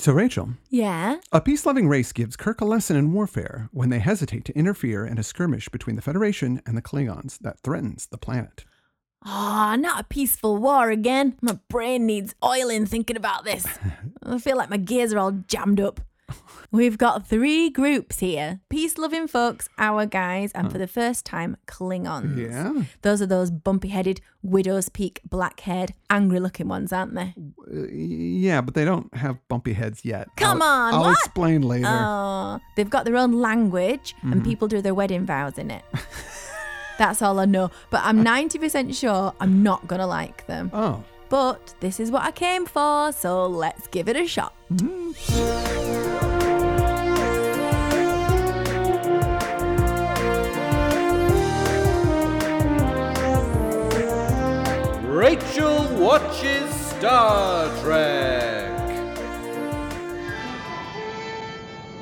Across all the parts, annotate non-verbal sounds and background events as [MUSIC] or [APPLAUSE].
So, Rachel, Yeah. a peace loving race gives Kirk a lesson in warfare when they hesitate to interfere in a skirmish between the Federation and the Klingons that threatens the planet. Ah, not a peaceful war again. My brain needs oiling thinking about this. I feel like my gears are all jammed up. We've got three groups here peace loving folks, our guys, and for the first time, Klingons. Yeah. Those are those bumpy headed, widow's peak, black haired, angry looking ones, aren't they? Uh, yeah, but they don't have bumpy heads yet. Come I'll- on, I'll what? explain later. Oh, they've got their own language and people do their wedding vows in it. That's all I know. But I'm 90% sure I'm not going to like them. oh. But this is what I came for, so let's give it a shot. Rachel watches Star Trek.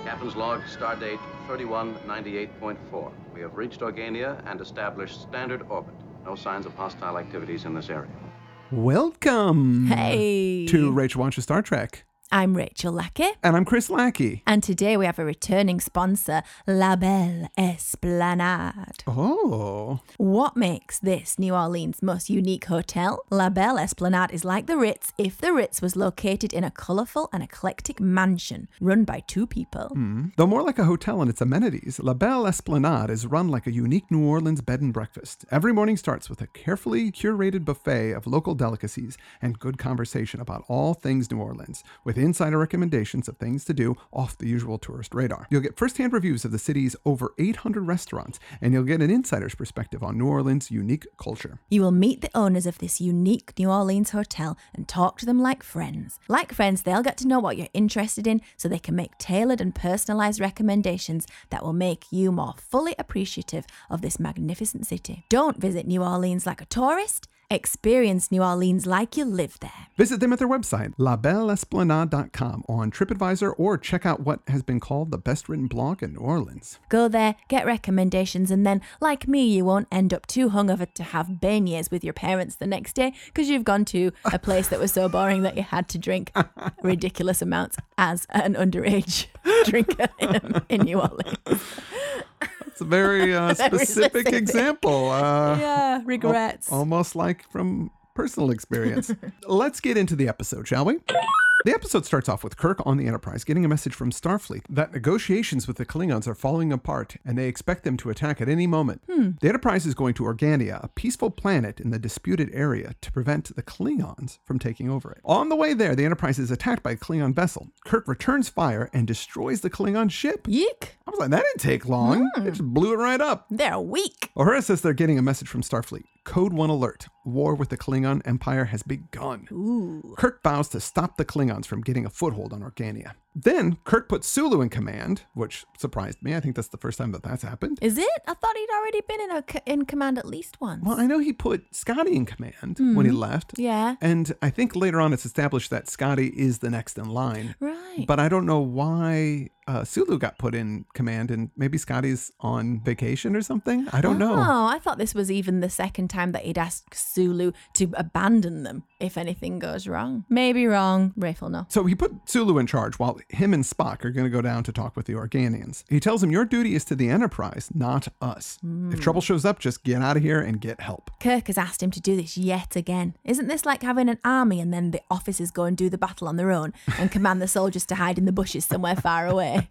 Captain's log, stardate 3198.4. We have reached Organia and established standard orbit. No signs of hostile activities in this area. Welcome Hey. Mm-hmm. to Rachel Watches Star Trek. I'm Rachel Lackey. And I'm Chris Lackey. And today we have a returning sponsor, La Belle Esplanade. Oh. What makes this New Orleans' most unique hotel? La Belle Esplanade is like the Ritz if the Ritz was located in a colourful and eclectic mansion run by two people. Though more like a hotel in its amenities, La Belle Esplanade is run like a unique New Orleans bed and breakfast. Every morning starts with a carefully curated buffet of local delicacies and good conversation about all things New Orleans, with insider recommendations of things to do off the usual tourist radar. You'll get firsthand reviews of the city's over 800 restaurants, and you'll get an insider's perspective on New Orleans' unique culture. You will meet the owners of this unique New Orleans hotel and talk to them like friends. Like friends, they'll get to know what you're interested in so they can make tailored and personalized recommendations that will make you more fully appreciative of this magnificent city. Don't visit New Orleans like a tourist, experience New Orleans like you live there. Visit them at their website, labellesplanade.com, on TripAdvisor, or check out what has been called the best written blog in New Orleans. Go there, get recommendations, and then, like me, you won't end up too hungover to have beignets with your parents the next day because you've gone to a place that was so boring that you had to [LAUGHS] drink ridiculous amounts as an underage [LAUGHS] drinker in, in New Orleans. It's a very, uh, [LAUGHS] Very specific, specific. example. Uh, [LAUGHS] Yeah, regrets. Almost like from personal experience. [LAUGHS] Let's get into the episode, shall we? The episode starts off with Kirk on the Enterprise getting a message from Starfleet that negotiations with the Klingons are falling apart and they expect them to attack at any moment. Hmm. The Enterprise is going to Organia, a peaceful planet in the disputed area, to prevent the Klingons from taking over it. On the way there, the Enterprise is attacked by a Klingon vessel. Kirk returns fire and destroys the Klingon ship. Yeek. I was like, that didn't take long. Hmm. It just blew it right up. They're weak. O'Hara says they're getting a message from Starfleet. Code 1 alert. War with the Klingon Empire has begun. Ooh. Kirk vows to stop the Klingons from getting a foothold on Organia. Then Kirk puts Sulu in command, which surprised me. I think that's the first time that that's happened. Is it? I thought he'd already been in, a, in command at least once. Well, I know he put Scotty in command when he left. Mm-hmm. Yeah. And I think later on it's established that Scotty is the next in line. Right. But I don't know why uh, Sulu got put in command and maybe Scotty's on vacation or something. I don't know. Oh, I thought this was even the second time that he'd asked Sulu to abandon them if anything goes wrong. Maybe wrong. Rafe will know. So he put Sulu in charge while him and Spock are going to go down to talk with the Organians. He tells him, Your duty is to the Enterprise, not us. Hmm. If trouble shows up, just get out of here and get help. Kirk has asked him to do this yet again. Isn't this like having an army and then the officers go and do the battle on their own [LAUGHS] and command the soldiers to hide in the bushes somewhere far away?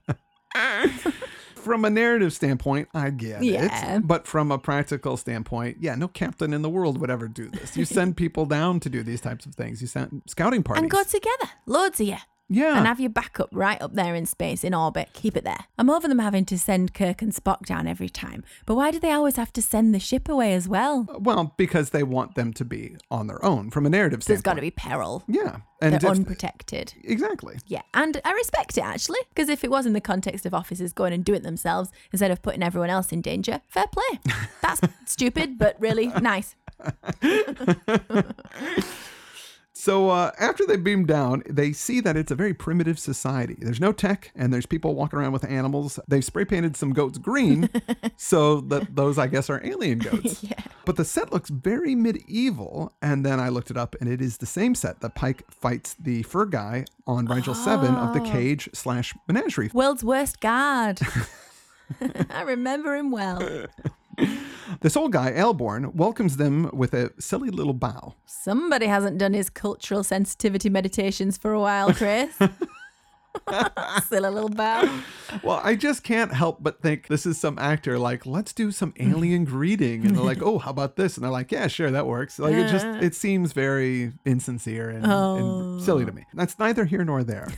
From a narrative standpoint, I get Yeah. it. But from a practical standpoint, yeah, no captain in the world would ever do this. You send people down to do these types of things. You send scouting parties. and go together, loads of you. yeah. And have your backup right up there in space, in orbit. Keep it there. I'm over them having to send Kirk and Spock down every time. But why do they always have to send the ship away as well? well, because they want them to be on their own from a narrative There's got standpoint. to be peril. Yeah. And They're if- unprotected. Exactly. Yeah, and I respect it actually, because if it was in the context of officers going and doing it themselves instead of putting everyone else in danger, fair play. That's stupid, but really nice. So uh, after they beam down, they see that it's a very primitive society. There's no tech, and there's people walking around with animals. They've spray painted some goats green, [LAUGHS] so that those, I guess, are alien goats. Yeah. But the set looks very medieval, and then I looked it up, and it is the same set that Pike fights the fur guy on Rigel Seven of Oh. the Cage slash Menagerie. World's worst guard. [LAUGHS] I remember him well. This old guy, Elborn, welcomes them with a silly little bow. Somebody hasn't done his cultural sensitivity meditations for a while, Chris. [LAUGHS] Still a little bow. Well, I just can't help but think this is some actor like, let's do some alien greeting. And they're like, oh, how about this? And they're like, yeah, sure, that works. Like, it just, it seems very insincere and, and silly to me. That's neither here nor there.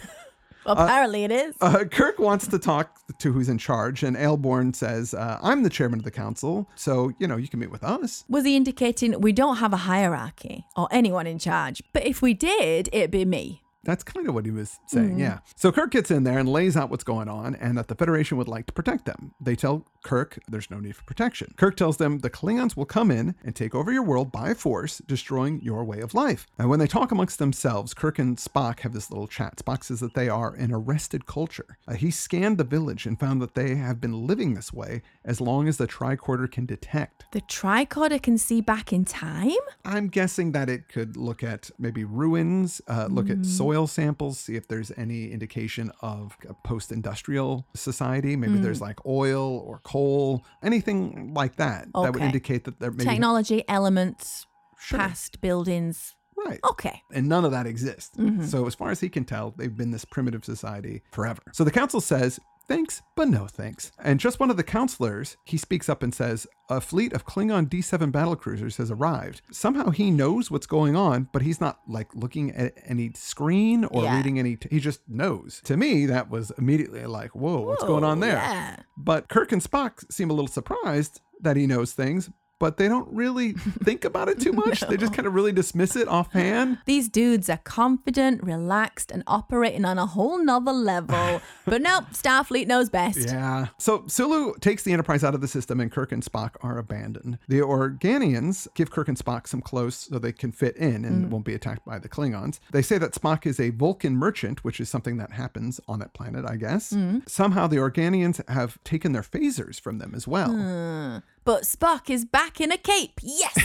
Apparently it is. Uh, Kirk wants to talk to who's in charge, and Aelborn says, uh, I'm the chairman of the council, so, you know, you can meet with us. Was he indicating we don't have a hierarchy or anyone in charge? But if we did, it'd be me. That's kind of what he was saying, yeah. So Kirk gets in there and lays out what's going on and that the Federation would like to protect them. They tell Kirk there's no need for protection. Kirk tells them the Klingons will come in and take over your world by force, destroying your way of life. And when they talk amongst themselves, Kirk and Spock have this little chat. Spock says that they are an arrested culture. Uh, he scanned the village and found that they have been living this way as long as the tricorder can detect. The tricorder can see back in time? I'm guessing that it could look at maybe ruins, uh, look Mm. at soil samples, see if there's any indication of a post industrial society. Maybe Mm. there's like oil or coal, anything like that that would Okay. indicate that there may be. Technology, elements, Sure. past buildings. Right. Okay. And none of that exists. Mm-hmm. So, as far as he can tell, they've been this primitive society forever. So the council says, Thanks, but no thanks. And just one of the counselors, he speaks up and says, A fleet of Klingon D 7 battlecruisers has arrived. Somehow he knows what's going on, but he's not like looking at any screen or Yeah. reading any. he just knows. To me, that was immediately like, Whoa, what's going Whoa, on there? yeah. But Kirk and Spock seem a little surprised that he knows things. But they don't [LAUGHS] really think about it too much. They just kind of really dismiss it offhand. These dudes are confident, relaxed, and operating on a whole [LAUGHS] nother level. but nope, Starfleet knows best. Yeah. So Sulu takes the Enterprise out of the system and Kirk and Spock are abandoned. The Organians give Kirk and Spock some clothes so they can fit in Mm. and won't be attacked by the Klingons. They say that Spock is a Vulcan merchant, which is something that happens on that planet, I guess. Mm. Somehow the Organians have taken their phasers from them as well. But Spock is back in a cape. [LAUGHS]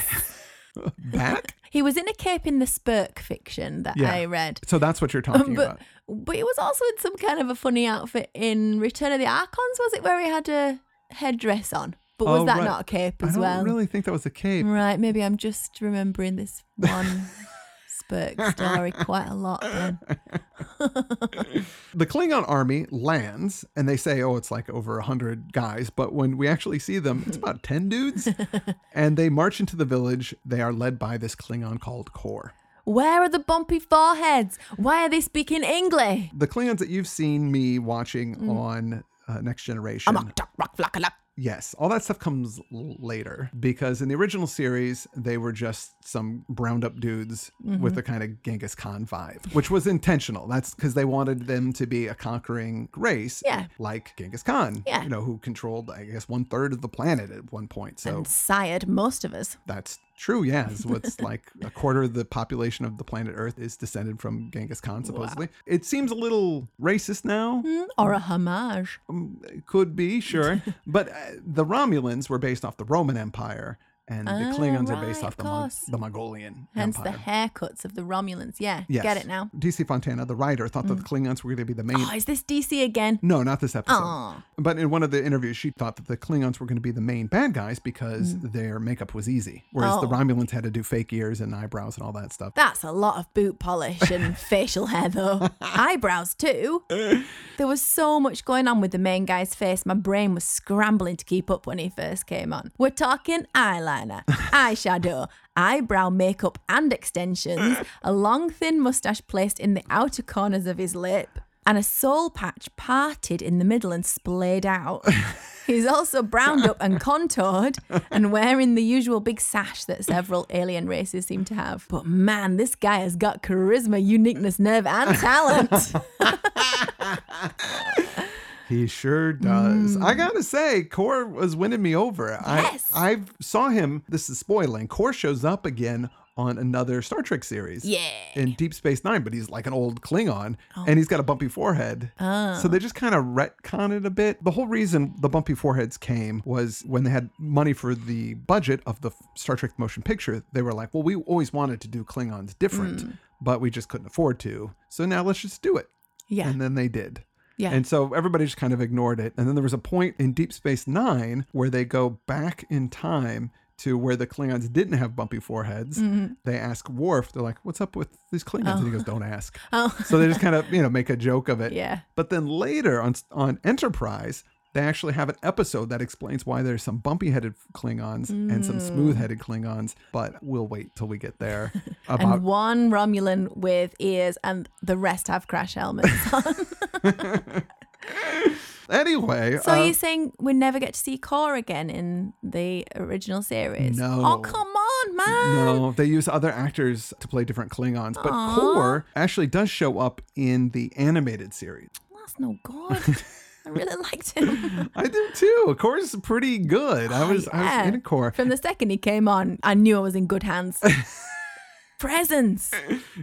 Yes! Back? he was in a cape in the Spurk fiction that Yeah. I read. So that's what you're talking [LAUGHS] But about. but he was also in some kind of a funny outfit in Return of the Archons, was it, where he had a headdress on? But was Oh, that right. not a cape I as don't well? really think that was the cape. Right, maybe I'm just remembering this one [LAUGHS] Spurk story quite a lot then. The Klingon army lands and they say, oh, it's like over 100 guys. But when we actually see them, it's about 10 dudes. and they march into the village. They are led by this Klingon called Kor. Where are the bumpy foreheads? Why are they speaking English? The Klingons that you've seen me watching Mm. on uh, Next Generation. Yes, all that stuff comes l- later because in the original series, they were just some browned up dudes Mm-hmm. with a kind of Genghis Khan vibe, which was intentional. That's because they wanted them to be a conquering race, Yeah. like Genghis Khan, Yeah. you know, who controlled, I guess, one third of the planet at one point. So And sired most of us. that's true. Yeah, it's [LAUGHS] what's like a quarter of the population of the planet Earth is descended from Genghis Khan, supposedly. It seems a little racist now. Or a homage. Could be, [LAUGHS] sure. but uh, the Romulans were based off the Roman Empire, and the Ah, Klingons are based right, off of the, Mon- course. the Mongolian Hence Empire. the haircuts of the Romulans. Yeah, Yes. get it now. Mm. DC Fontana, the writer, thought that the Klingons were going to be the main. Oh, is this DC again? no, not this episode. Aw. But in one of the interviews, she thought that the Klingons were going to be the main bad guys because their makeup was easy, whereas the Mm. Oh. Romulans had to do fake ears and eyebrows and all that stuff. That's a lot of boot polish and facial hair, though. Eyebrows, too. there was so much going on with the main guy's face, my brain was scrambling to keep up when he first came on. We're talking eyeliner, eyeshadow, eyebrow makeup and extensions, a long, thin mustache placed in the outer corners of his lip, and a soul patch parted in the middle and splayed out. He's also browned up and contoured and wearing the usual big sash that several alien races seem to have. But man, this guy has got charisma, uniqueness, nerve, and talent. He sure does. I gotta say, Core was winning me over. Yes. I I saw him. This is spoiling. Core shows up again on another Star Trek series. Yay. In Deep Space Nine, but he's like an old Klingon and he's got a bumpy forehead. So they just kind of retcon it a bit. The whole reason the bumpy foreheads came was when they had money for the budget of the Star Trek motion picture, they were like, well, we always wanted to do Klingons different, but we just couldn't afford to. So now let's just do it. [LAUGHS] Yeah. And then they did. Yeah. And so everybody just kind of ignored it. And then there was a point in Deep Space Nine where they go back in time to where the Klingons didn't have bumpy foreheads. Mm-hmm. They ask Worf, they're like, what's up with these Klingons? And he goes, don't ask. [LAUGHS] Oh. So they just kind of, you know, make a joke of it. Yeah. But then later on, on Enterprise, they actually have an episode that explains why there's some bumpy headed Klingons and some Mm. smooth headed Klingons. But we'll wait till we get there. [LAUGHS] and About one Romulan with ears, and the rest have [LAUGHS] crash helmets. [LAUGHS] anyway. so uh, are you saying we never get to see Core again in the original series? No. Oh come on, man! No, they use other actors to play different Klingons, but Aw. Kor actually does show up in the animated series. That's no good. I really liked [LAUGHS] him. I do too. Kor's pretty good. I was I Ah, yeah. was in Kor. From the second he came on, I knew I was in good hands. Presents.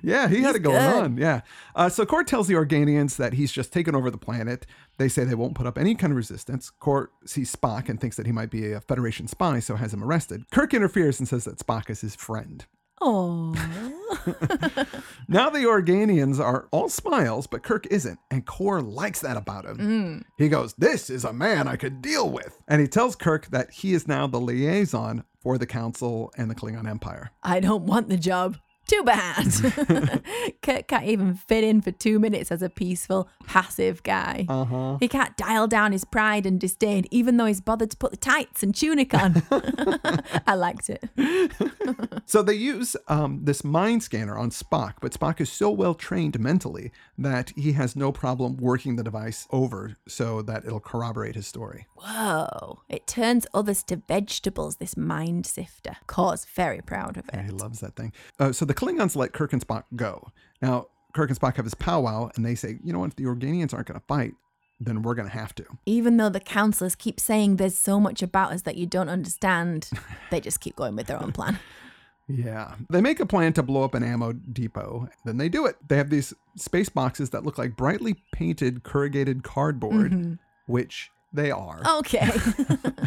Yeah, he had it going good. on. Yeah. Uh, so Kor tells the Organians that he's just taken over the planet. They say they won't put up any kind of resistance. Kor sees Spock and thinks that he might be a Federation spy, so has him arrested. Kirk interferes and says that Spock is his friend. Oh. Now the Organians are all smiles, but Kirk isn't, and Kor likes that about him. He goes, This is a man I could deal with. And he tells Kirk that he is now the liaison for the Council and the Klingon Empire. I don't want the job. Too bad. Kirk can't even fit in for two minutes as a peaceful, passive guy. Uh-huh. He can't dial down his pride and disdain, even though he's bothered to put the tights and tunic on. I liked it. So they use um, this mind scanner on Spock, but Spock is so well trained mentally that he has no problem working the device over so that it'll corroborate his story. Whoa. It turns others to vegetables, this mind sifter. Cause very proud of He it. loves that thing. Uh, so the Klingons let Kirk and Spock go. Now, Kirk and Spock have his powwow, and they say, you know what? If the Organians aren't going to fight, then we're going to have to. Even though the counselors keep saying there's so much about us that you don't understand, they just keep going with their own plan. Yeah. They make a plan to blow up an ammo depot. Then they do it. They have these space boxes that look like brightly painted corrugated cardboard, which they are. Okay. [LAUGHS]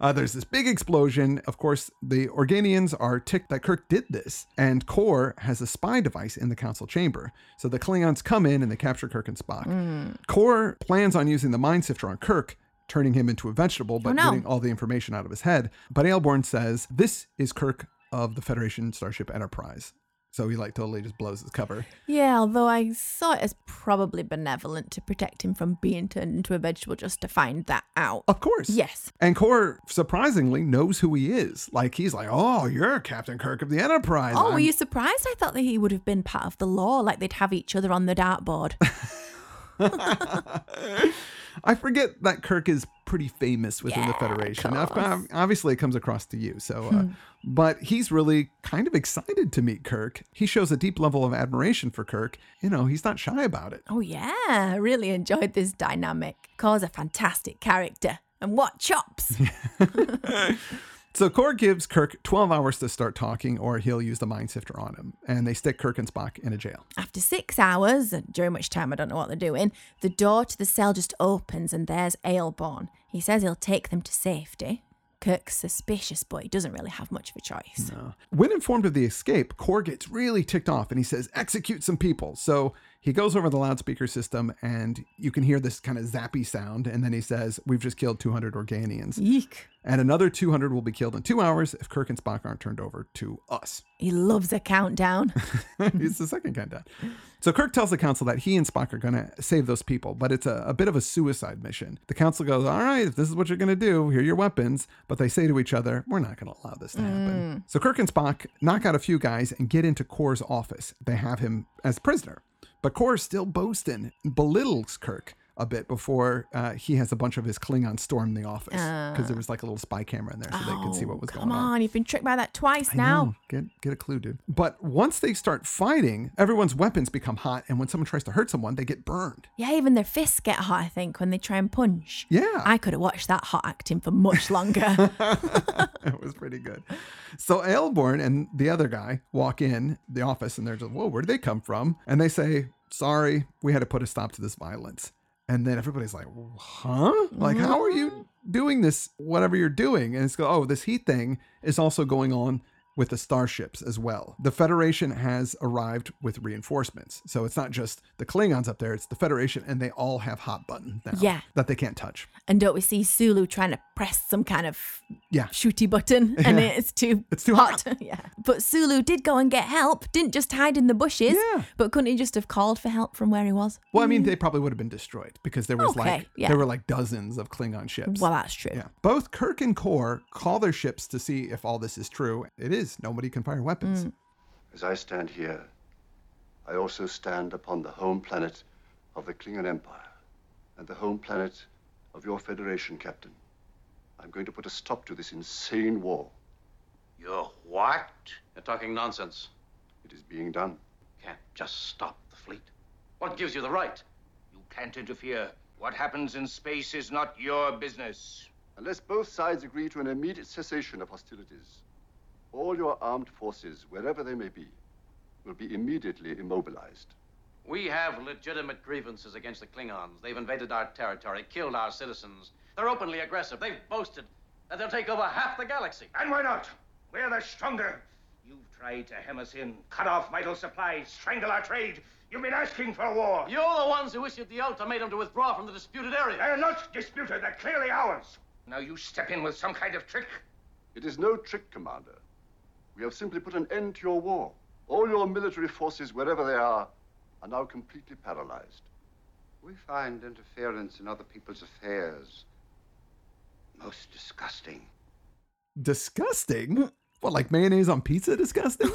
Uh, there's this big explosion. Of course, the Organians are ticked that Kirk did this, and Kor has a spy device in the council chamber. So the Klingons come in and they capture Kirk and Spock. Mm. Kor plans on using the mind sifter on Kirk, turning him into a vegetable, but Oh, no. getting all the information out of his head. But Aelborn says, This is Kirk of the Federation Starship Enterprise. So he like totally just blows his cover. Yeah, although I saw it as probably benevolent to protect him from being turned into a vegetable just to find that out. Of course. Yes. And Kor surprisingly knows who he is. Like he's like, Oh, you're Captain Kirk of the Enterprise. Oh, I'm were you surprised? I thought that he would have been part of the law, like they'd have each other on the dartboard. [LAUGHS] I forget that Kirk is pretty famous within the Yeah, of Federation. course. Ob- Obviously, it comes across to you. So, uh, but he's really kind of excited to meet Kirk. He shows a deep level of admiration for Kirk. You know, he's not shy about it. oh, yeah, I really enjoyed this dynamic. Cause a fantastic character. And what chops! So Kor gives Kirk 12 hours to start talking, or he'll use the mind sifter on him, and they stick Kirk and Spock in a jail. After six hours, and during which time I don't know what they're doing, the door to the cell just opens and there's Aelborn. He says he'll take them to safety. Kirk's suspicious, but he doesn't really have much of a choice. Uh, when informed of the escape, Kor gets really ticked off and he says, execute some people. So he goes over the loudspeaker system and you can hear this kind of zappy sound. And then he says, we've just killed 200 Organians. Yeek. and another 200 will be killed in two hours if Kirk and Spock aren't turned over to us. He loves a countdown. it's the second countdown. So Kirk tells the council that he and Spock are going to save those people, but it's a, a bit of a suicide mission. The council goes, All right, if this is what you're going to do, here are your weapons. But they say to each other, We're not going to allow this to happen. So Kirk and Spock knock out a few guys and get into Kor's office. They have him as prisoner. But Kor is still boasting, belittles Kirk. a bit before uh, he has a bunch of his Klingon storm the office because there was like a little spy camera in there so [LAUGHS] they could see what was Oh, come going on. on, you've been tricked by that twice I now. know. Get get a clue, dude. But once they start fighting, everyone's weapons become hot, and when someone tries to hurt someone, they get burned. Yeah, even their fists get hot, I think, when they try and punch. Yeah. I could have watched that hot acting for [LAUGHS] much longer. it was pretty good. So Aelborn and the other guy walk in the office and they're just, whoa, where did they come from? And they say, sorry, we had to put a stop to this violence. And then everybody's like, huh? Like, how are you doing this, whatever you're doing? And it's go, oh, this heat thing is also going on with the starships as well. The Federation has arrived with reinforcements. So it's not just the Klingons up there, it's the Federation, and they all have hot button now Yeah. that they can't touch. and don't we see Sulu trying to press some kind of Yeah. shooty button and it's too It's too [LAUGHS] yeah. But Sulu did go and get help, didn't just hide in the bushes. Yeah. But couldn't he just have called for help from where he was? Well, I mean, they probably would have been destroyed because there was Hmm. Okay, like yeah. there were like dozens of Klingon ships. Well, that's true. yeah. Both Kirk and Kor call their ships to see if all this is true. It is. Nobody can fire weapons. Mm. As I stand here, I also stand upon the home planet of the Klingon Empire and the home planet of your Federation, Captain. I'm going to put a stop to this insane war. You're what? You're talking nonsense. It is being done. Can't just stop the fleet. What gives you the right? You can't interfere. What happens in space is not your business. Unless both sides agree to an immediate cessation of hostilities, all your armed forces, wherever they may be, will be immediately immobilized. We have legitimate grievances against the Klingons. They've invaded our territory, killed our citizens. They're openly aggressive. They've boasted that they'll take over half the galaxy. And why not? We're the stronger. You've tried to hem us in, cut off vital supplies, strangle our trade. You've been asking for a war. You're the ones who issued the ultimatum to withdraw from the disputed area. They're not disputed. They're clearly ours. Now you step in with some kind of trick. It is no trick, Commander. We have simply put an end to your war. All your military forces, wherever they are, are now completely paralyzed. We find interference in other people's affairs most disgusting. Mm. Disgusting. What, like mayonnaise on pizza? [LAUGHS] Disgusting.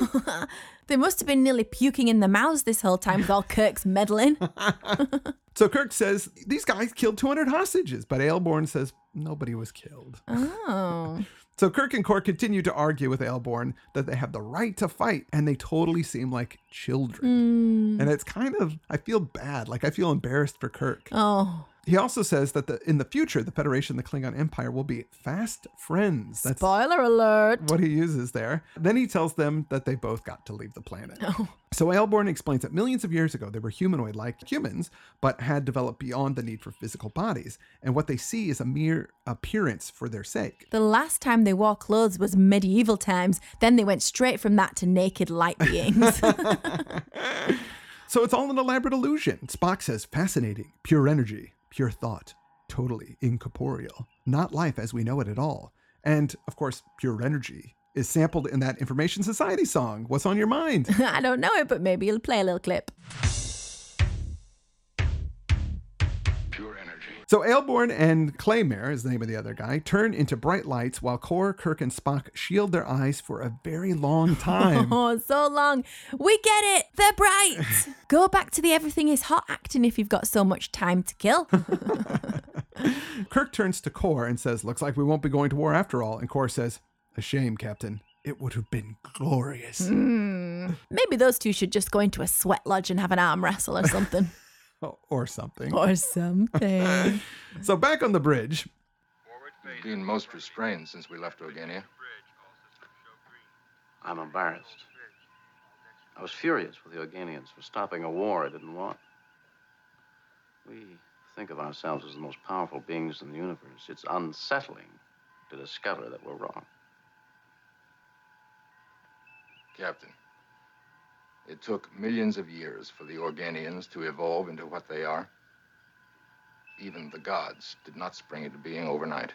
They must have been nearly puking in their mouths this whole time with all Kirk's meddling. so Kirk says these guys killed 200 hostages, but Aelborn says nobody was killed. oh. So Kirk and Kor continue to argue with Aelborn that they have the right to fight, and they totally seem like Mm. children. And it's kind of I feel bad. Like I feel embarrassed for Kirk. Oh. He also says that the in the future, the Federation and the Klingon Empire will be fast friends. That's Spoiler alert. what he uses there. Then he tells them that they both got to leave the planet. So Aelborn explains that millions of years ago, they were humanoid like humans, but had developed beyond the need for physical bodies. And what they see is a mere appearance for their sake. The last time they wore clothes was medieval times. Then they went straight from that to naked light beings. [LAUGHS] So it's all an elaborate illusion. Spock says, fascinating, pure energy, pure thought, totally incorporeal, not life as we know it at all. And of course, pure energy is sampled in that Information Society song, What's on Your Mind? I don't know it, but maybe you'll play a little clip. So Aelborn and Claymare is the name of the other guy turn into bright lights while Kor, Kirk, and Spock shield their eyes for a very long [LAUGHS] time. Oh, so long. We get it. They're bright. Go back to the everything is hot acting if you've got so much time to kill. Kirk turns to Kor and says, "Looks like we won't be going to war after all." And Kor says, "A shame, Captain. It would have been glorious." maybe those two should just go into a sweat lodge and have an arm wrestle or something. Oh, or something. [LAUGHS] or [LAUGHS] something. So back on the bridge, Been most restrained since we left Organia. I'm embarrassed. I was furious with the Organians for stopping a war I didn't want. We think of ourselves as the most powerful beings in the universe. It's unsettling to discover that we're wrong. Captain, it took millions of years for the Organians to evolve into what they are. Even the gods did not spring into being overnight.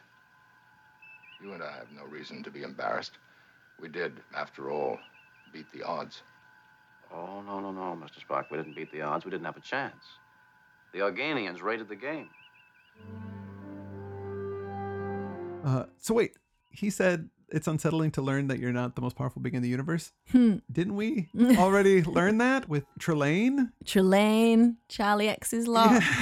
You and I have no reason to be embarrassed. We did, after all, beat the odds. Oh, no, no, no, Mr. Spock. We didn't beat the odds. We didn't have a chance. The Organians raided the game. uh, so wait, he said it's unsettling to learn that you're not the most powerful being in the universe. Didn't we already learn that with Trelane? Trelane, Charlie X's lot. [LAUGHS]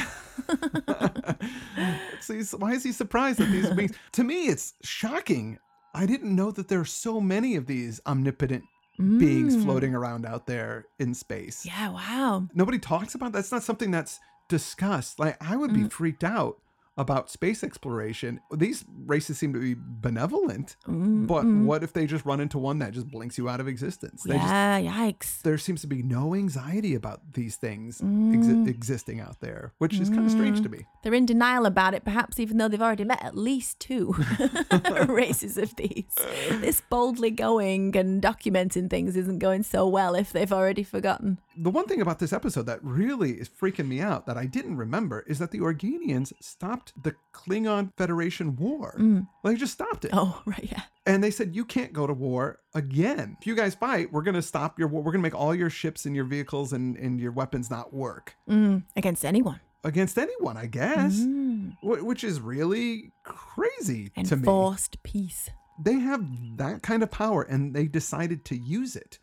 So he's- why is he surprised that these beings? To me, it's shocking. I didn't know that there are so many of these omnipotent beings floating around out there in space. Yeah, wow. Nobody talks about that's not something that's discussed. Like I would be Mm. freaked out about space exploration. These races seem to be benevolent, Mm, but what if they just run into one that just blinks you out of existence? They just Yeah, yikes. there seems to be no anxiety about these things Mm. exi- existing out there, which is kind of strange to me. They're in denial about it, perhaps even though they've already met at least two [LAUGHS] races of these. This boldly going and documenting things isn't going so well if they've already forgotten. the one thing about this episode that really is freaking me out that I didn't remember is that the Organians stopped the Klingon Federation war. Like, just stopped it. Mm. Oh, [LAUGHS] right, yeah. And they said, you can't go to war again. If you guys fight, we're going to stop your war. We're going to make all your ships and your vehicles and, and your weapons not work Mm, Against anyone. against anyone, I guess, Mm. Mm-hmm. Wh- which is really crazy to me. Enforced peace. They have that kind of power and they decided to use it.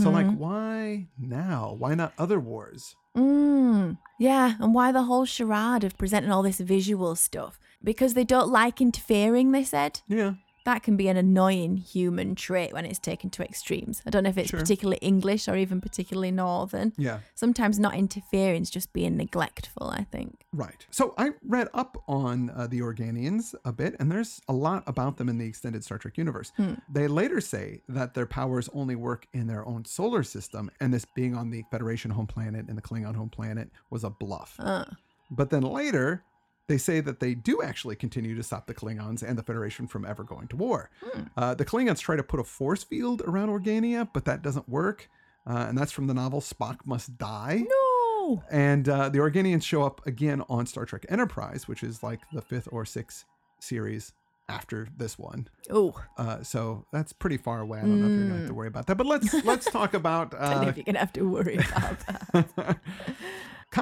So, like, why now? Why not other wars? Mm, yeah, and why the whole charade of presenting all this visual stuff? Because they don't like interfering, they said. Yeah. That can be an annoying human trait when it's taken to extremes. I don't know if it's Sure. particularly English or even particularly Northern. Yeah. Sometimes not interfering is just being neglectful, I think. Right. So I read up on uh, the Organians a bit, and there's a lot about them in the extended Star Trek universe. They later say that their powers only work in their own solar system, and this being on the Federation home planet and the Klingon home planet was a bluff. Uh. But then later, they say that they do actually continue to stop the Klingons and the Federation from ever going to war. Uh, the Klingons try to put a force field around Organia, but that doesn't work. Uh, and that's from the novel Spock Must Die. No! And uh, the Organians show up again on Star Trek Enterprise, which is like the fifth or sixth series after this one. Oh, Uh, so that's pretty far away. I don't know if you're going to Mm. have to worry about that. But [LAUGHS] let's let's talk about I don't know uh, if you're going to have to [LAUGHS] worry about that.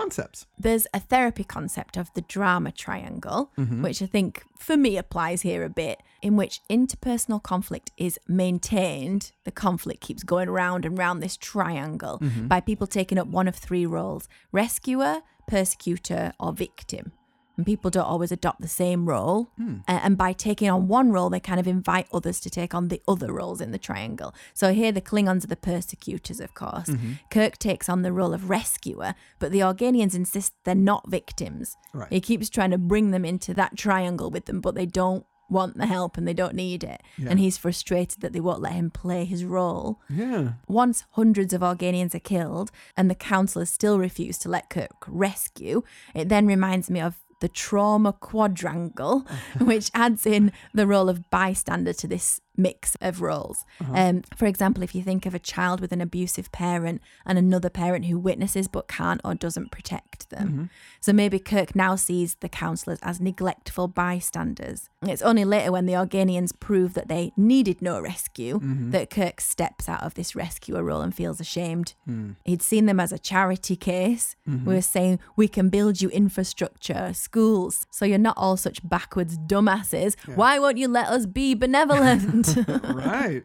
concepts. There's a therapy concept of the drama triangle, which I think for me applies here a bit, in which interpersonal conflict is maintained. The conflict keeps going round and round this triangle by people taking up one of three roles rescuer, persecutor, or victim. And people don't always adopt the same role. A- and by taking on one role, they kind of invite others to take on the other roles in the triangle. So here, the Klingons are the persecutors, of course. Kirk takes on the role of rescuer, but the Organians insist they're not victims. Right. He keeps trying to bring them into that triangle with them, but they don't want the help and they don't need it. And he's frustrated that they won't let him play his role. Yeah. Once hundreds of Organians are killed and the councillors still refuse to let Kirk rescue, it then reminds me of the trauma quadrangle, which adds in the role of bystander to this mix of roles. Um, for example, if you think of a child with an abusive parent and another parent who witnesses but can't or doesn't protect them. So maybe Kirk now sees the councillors as neglectful bystanders. It's only later when the Organians prove that they needed no rescue Mm-hmm. that Kirk steps out of this rescuer role and feels ashamed. Hmm. He'd seen them as a charity case. Mm-hmm. We were saying, we can build you infrastructure, schools, so you're not all such backwards dumbasses. Why won't you let us be benevolent? [LAUGHS] Right.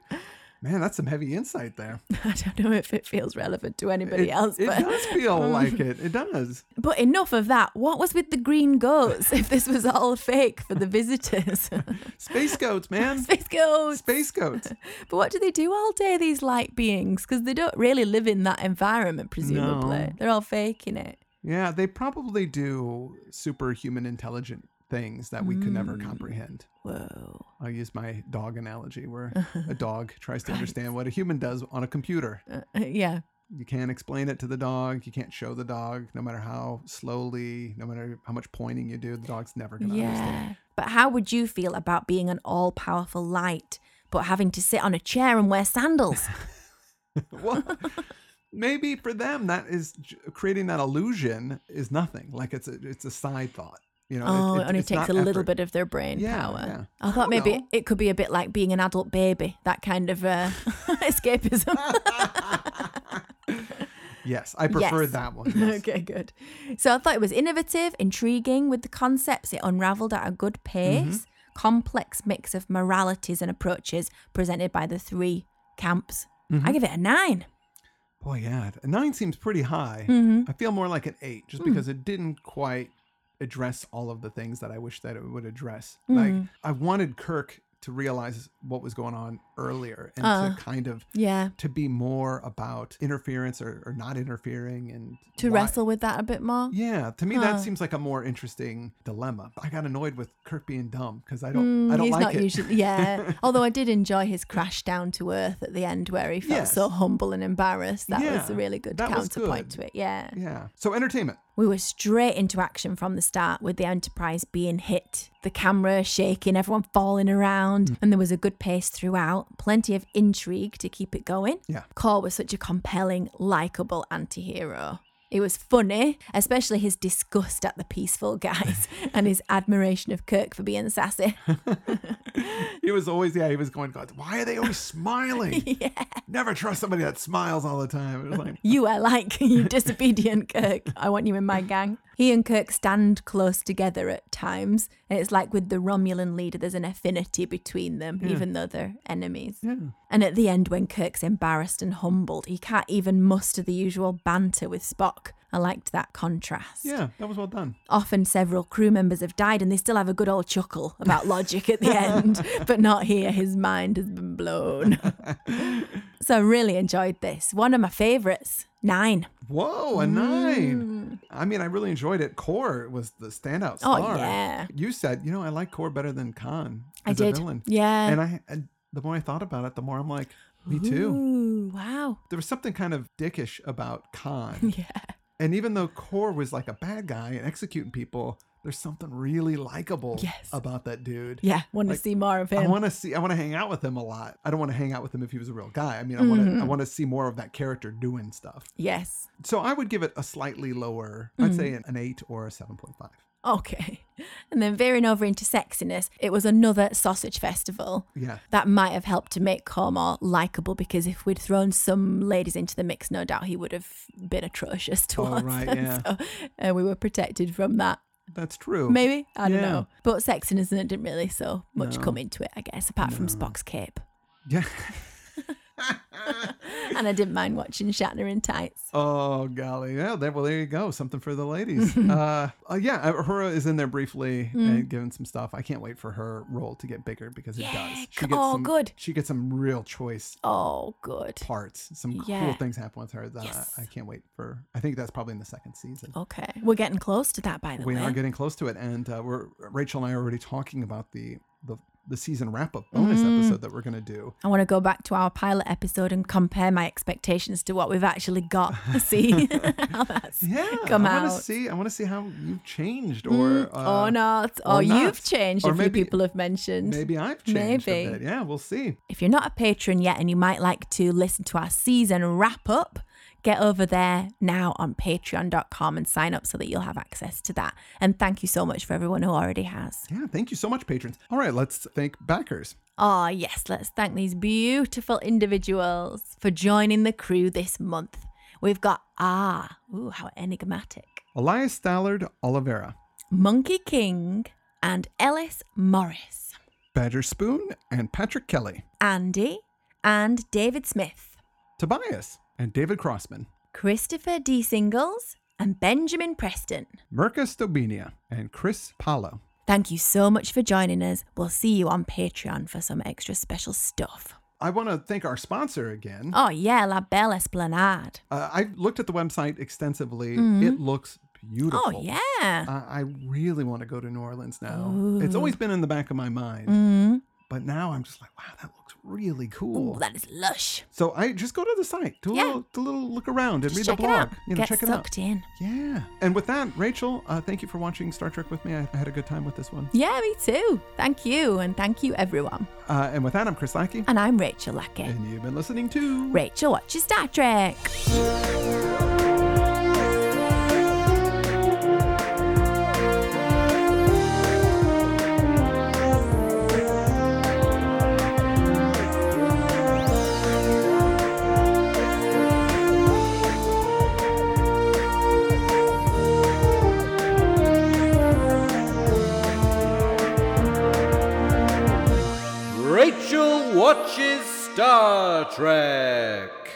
Man, that's some heavy insight there. I don't know if it feels relevant to anybody it, else, it but does feel [LAUGHS] like it. It does. But enough of that. What was with the green goats if this was all fake for the visitors? [LAUGHS] Space goats, man. Space goats. Space [LAUGHS] goats. But what do they do all day, these light beings? Because they don't really live in that environment, presumably. No. They're all faking it. Yeah, they probably do superhuman intelligent things that we could Mm. never comprehend. Whoa. I'll use my dog analogy where [LAUGHS] a dog tries to understand what a human does on a computer. Uh, yeah. You can't explain it to the dog. You can't show the dog, no matter how slowly, no matter how much pointing you do, the dog's never going to understand. [LAUGHS] Yeah. But how would you feel about being an all powerful light, but having to sit on a chair and [LAUGHS] wear sandals? Well, maybe for them, that is j- creating that illusion is nothing. Like it's a, it's a side thought. You know, oh, it, only it's takes not a little effort. bit of their brain Yeah, power. yeah. I don't thought maybe know. it could be a bit like being an adult baby, that kind of uh, [LAUGHS] [LAUGHS] escapism. Yes, I prefer Yes. that one. yes. [LAUGHS] okay, good. So I thought it was innovative, intriguing with the concepts. It unraveled at a good pace. Mm-hmm. Complex mix of moralities and approaches presented by the three camps. Mm-hmm. I give it a nine. Mm-hmm. Mm. Boy, yeah, a nine seems pretty high. I feel more like an eight, just because it didn't quite address all of the things that I wish that it would address. Like Mm. I wanted Kirk to realize what was going on earlier and Uh. to kind of Yeah. to be more about interference or, or not interfering and To why- wrestle with that a bit more. Yeah, to me Huh. that seems like a more interesting dilemma. I got annoyed with Kirk being dumb because I don't Mm, I don't he's like not it. usually yeah. Although I did enjoy his crash down to earth at the end where he felt Yes. so humble and embarrassed. That was a Yeah, really good that was counterpoint good. to it. Yeah. [LAUGHS] yeah. So entertainment. We were straight into action from the start with the Enterprise being hit, the camera shaking, everyone falling around, and there was a good pace throughout, plenty of intrigue to keep it going. Yeah. Core was such a compelling, likable anti hero. It was funny, especially his disgust at the peaceful guys and his admiration of Kirk for being sassy. He was always yeah, he was going, God, why are they [LAUGHS] always smiling? yeah. Never trust somebody that smiles all the time. It was [LAUGHS] like You are like, [LAUGHS] you disobedient Kirk. I want you in my gang. He and Kirk stand close together at times. And it's like with the Romulan leader, there's an affinity between them, even though they're enemies. And at the end, when Kirk's embarrassed and humbled, he can't even muster the usual banter with Spock. I liked that contrast. Yeah, that was well done. Often several crew members have died and they still have a good old chuckle about logic at the end, but not here. His mind has been blown. so I really enjoyed this. One of my favourites. Nine. Whoa, a nine. I mean, I really enjoyed it. Core was the standout Oh, star. yeah. You said, you know, I like Core better than Khan. I as a did. villain. Yeah. And I, and the more I thought about it, the more I'm like, me too. Ooh, wow. [LAUGHS] There was something kind of dickish about [LAUGHS] Khan. Yeah. and even though Core was like a bad guy and executing people, there's something really likable Yes. about that dude. Yeah. Want Like, to see more of him. I want to see. I want to hang out with him a lot. I don't want to hang out with him if he was a real guy. I mean, I want to. I Mm-hmm. want to see more of that character doing stuff. yes. So I would give it a slightly lower, I'd say Mm-hmm. an, an 8 or a 7.5. Okay. And then veering over into sexiness, it was another sausage festival. Yeah. That might have helped to make Core more likable because if we'd thrown some ladies into the mix, no doubt he would have been atrocious [LAUGHS] towards right, them. yeah. So uh, we were protected from that. That's true. Maybe I don't Yeah. know. But sexiness and it didn't really so much No. come into it, I guess, apart from Spock's cape. [LAUGHS] Yeah. And I didn't mind watching Shatner in tights. Oh, golly. Yeah. There, well, there you go. Something for the ladies. Mm-hmm. uh, uh, yeah. Uhura is in there briefly and giving some stuff. I can't wait for her role to get bigger because it Yeah, does. c- oh, some, good. She gets some real choice Oh, good. parts. Some cool Yeah. things happen with her that Yes. I can't wait for. I think that's probably in the second season. Okay, we're getting close to that, by the we way. are getting close to it, and uh, we're Rachel and I are already talking about the the, the season wrap up bonus Mm. episode that we're going to do. I want to go back to our pilot episode and compare my expectations to what we've actually [LAUGHS] got. [LAUGHS] See how that's yeah, come I want out. to see. I want to see how you've changed, or Mm, uh, or not, or or, not. you've changed. Or a few maybe- people have mentioned. Maybe I've changed a Maybe. bit. Yeah, we'll see. If you're not a patron yet and you might like to listen to our season wrap up, get over there now on patreon.com and sign up so that you'll have access to that. And thank you so much for everyone who already has. Yeah, thank you so much, patrons. All right, let's thank backers. Ah, yes, let's thank these beautiful individuals for joining the crew this month. We've got Ah, ooh, how enigmatic, Elias Stallard Oliveira, Monkey King, and Ellis Morris, Badger Spoon, and Patrick Kelly, Andy, and David Smith, Tobias, and David Crossman, Christopher D. Singles, and Benjamin Preston. Mirka Stobinia, and Chris Palo. Thank you so much for joining us. We'll see you on Patreon for some extra special stuff. I want to thank our sponsor again. Oh, yeah, La Belle Esplanade. Uh, I looked at the website extensively. It looks beautiful. Mm-hmm. Oh, yeah. Uh, I really want to go to New Orleans now. It's always been in the back of my mind, Mm. but now I'm just like, wow, that looks really cool. Mm-hmm. Ooh, that is lush. so I just go to the site, do a, Yeah. little, do a little look around and Just read check the it blog. out. You know, Get check it out. sucked in. Yeah. And with that, Rachel, uh, thank you for watching Star Trek with me. I, I had a good time with this one. Yeah, me too. Thank you, and thank you, everyone. Uh, and with that, I'm Chris Lackey, And I'm Rachel Lackey. and you've been listening to Rachel watches Star Trek. Rachel watches Star Trek.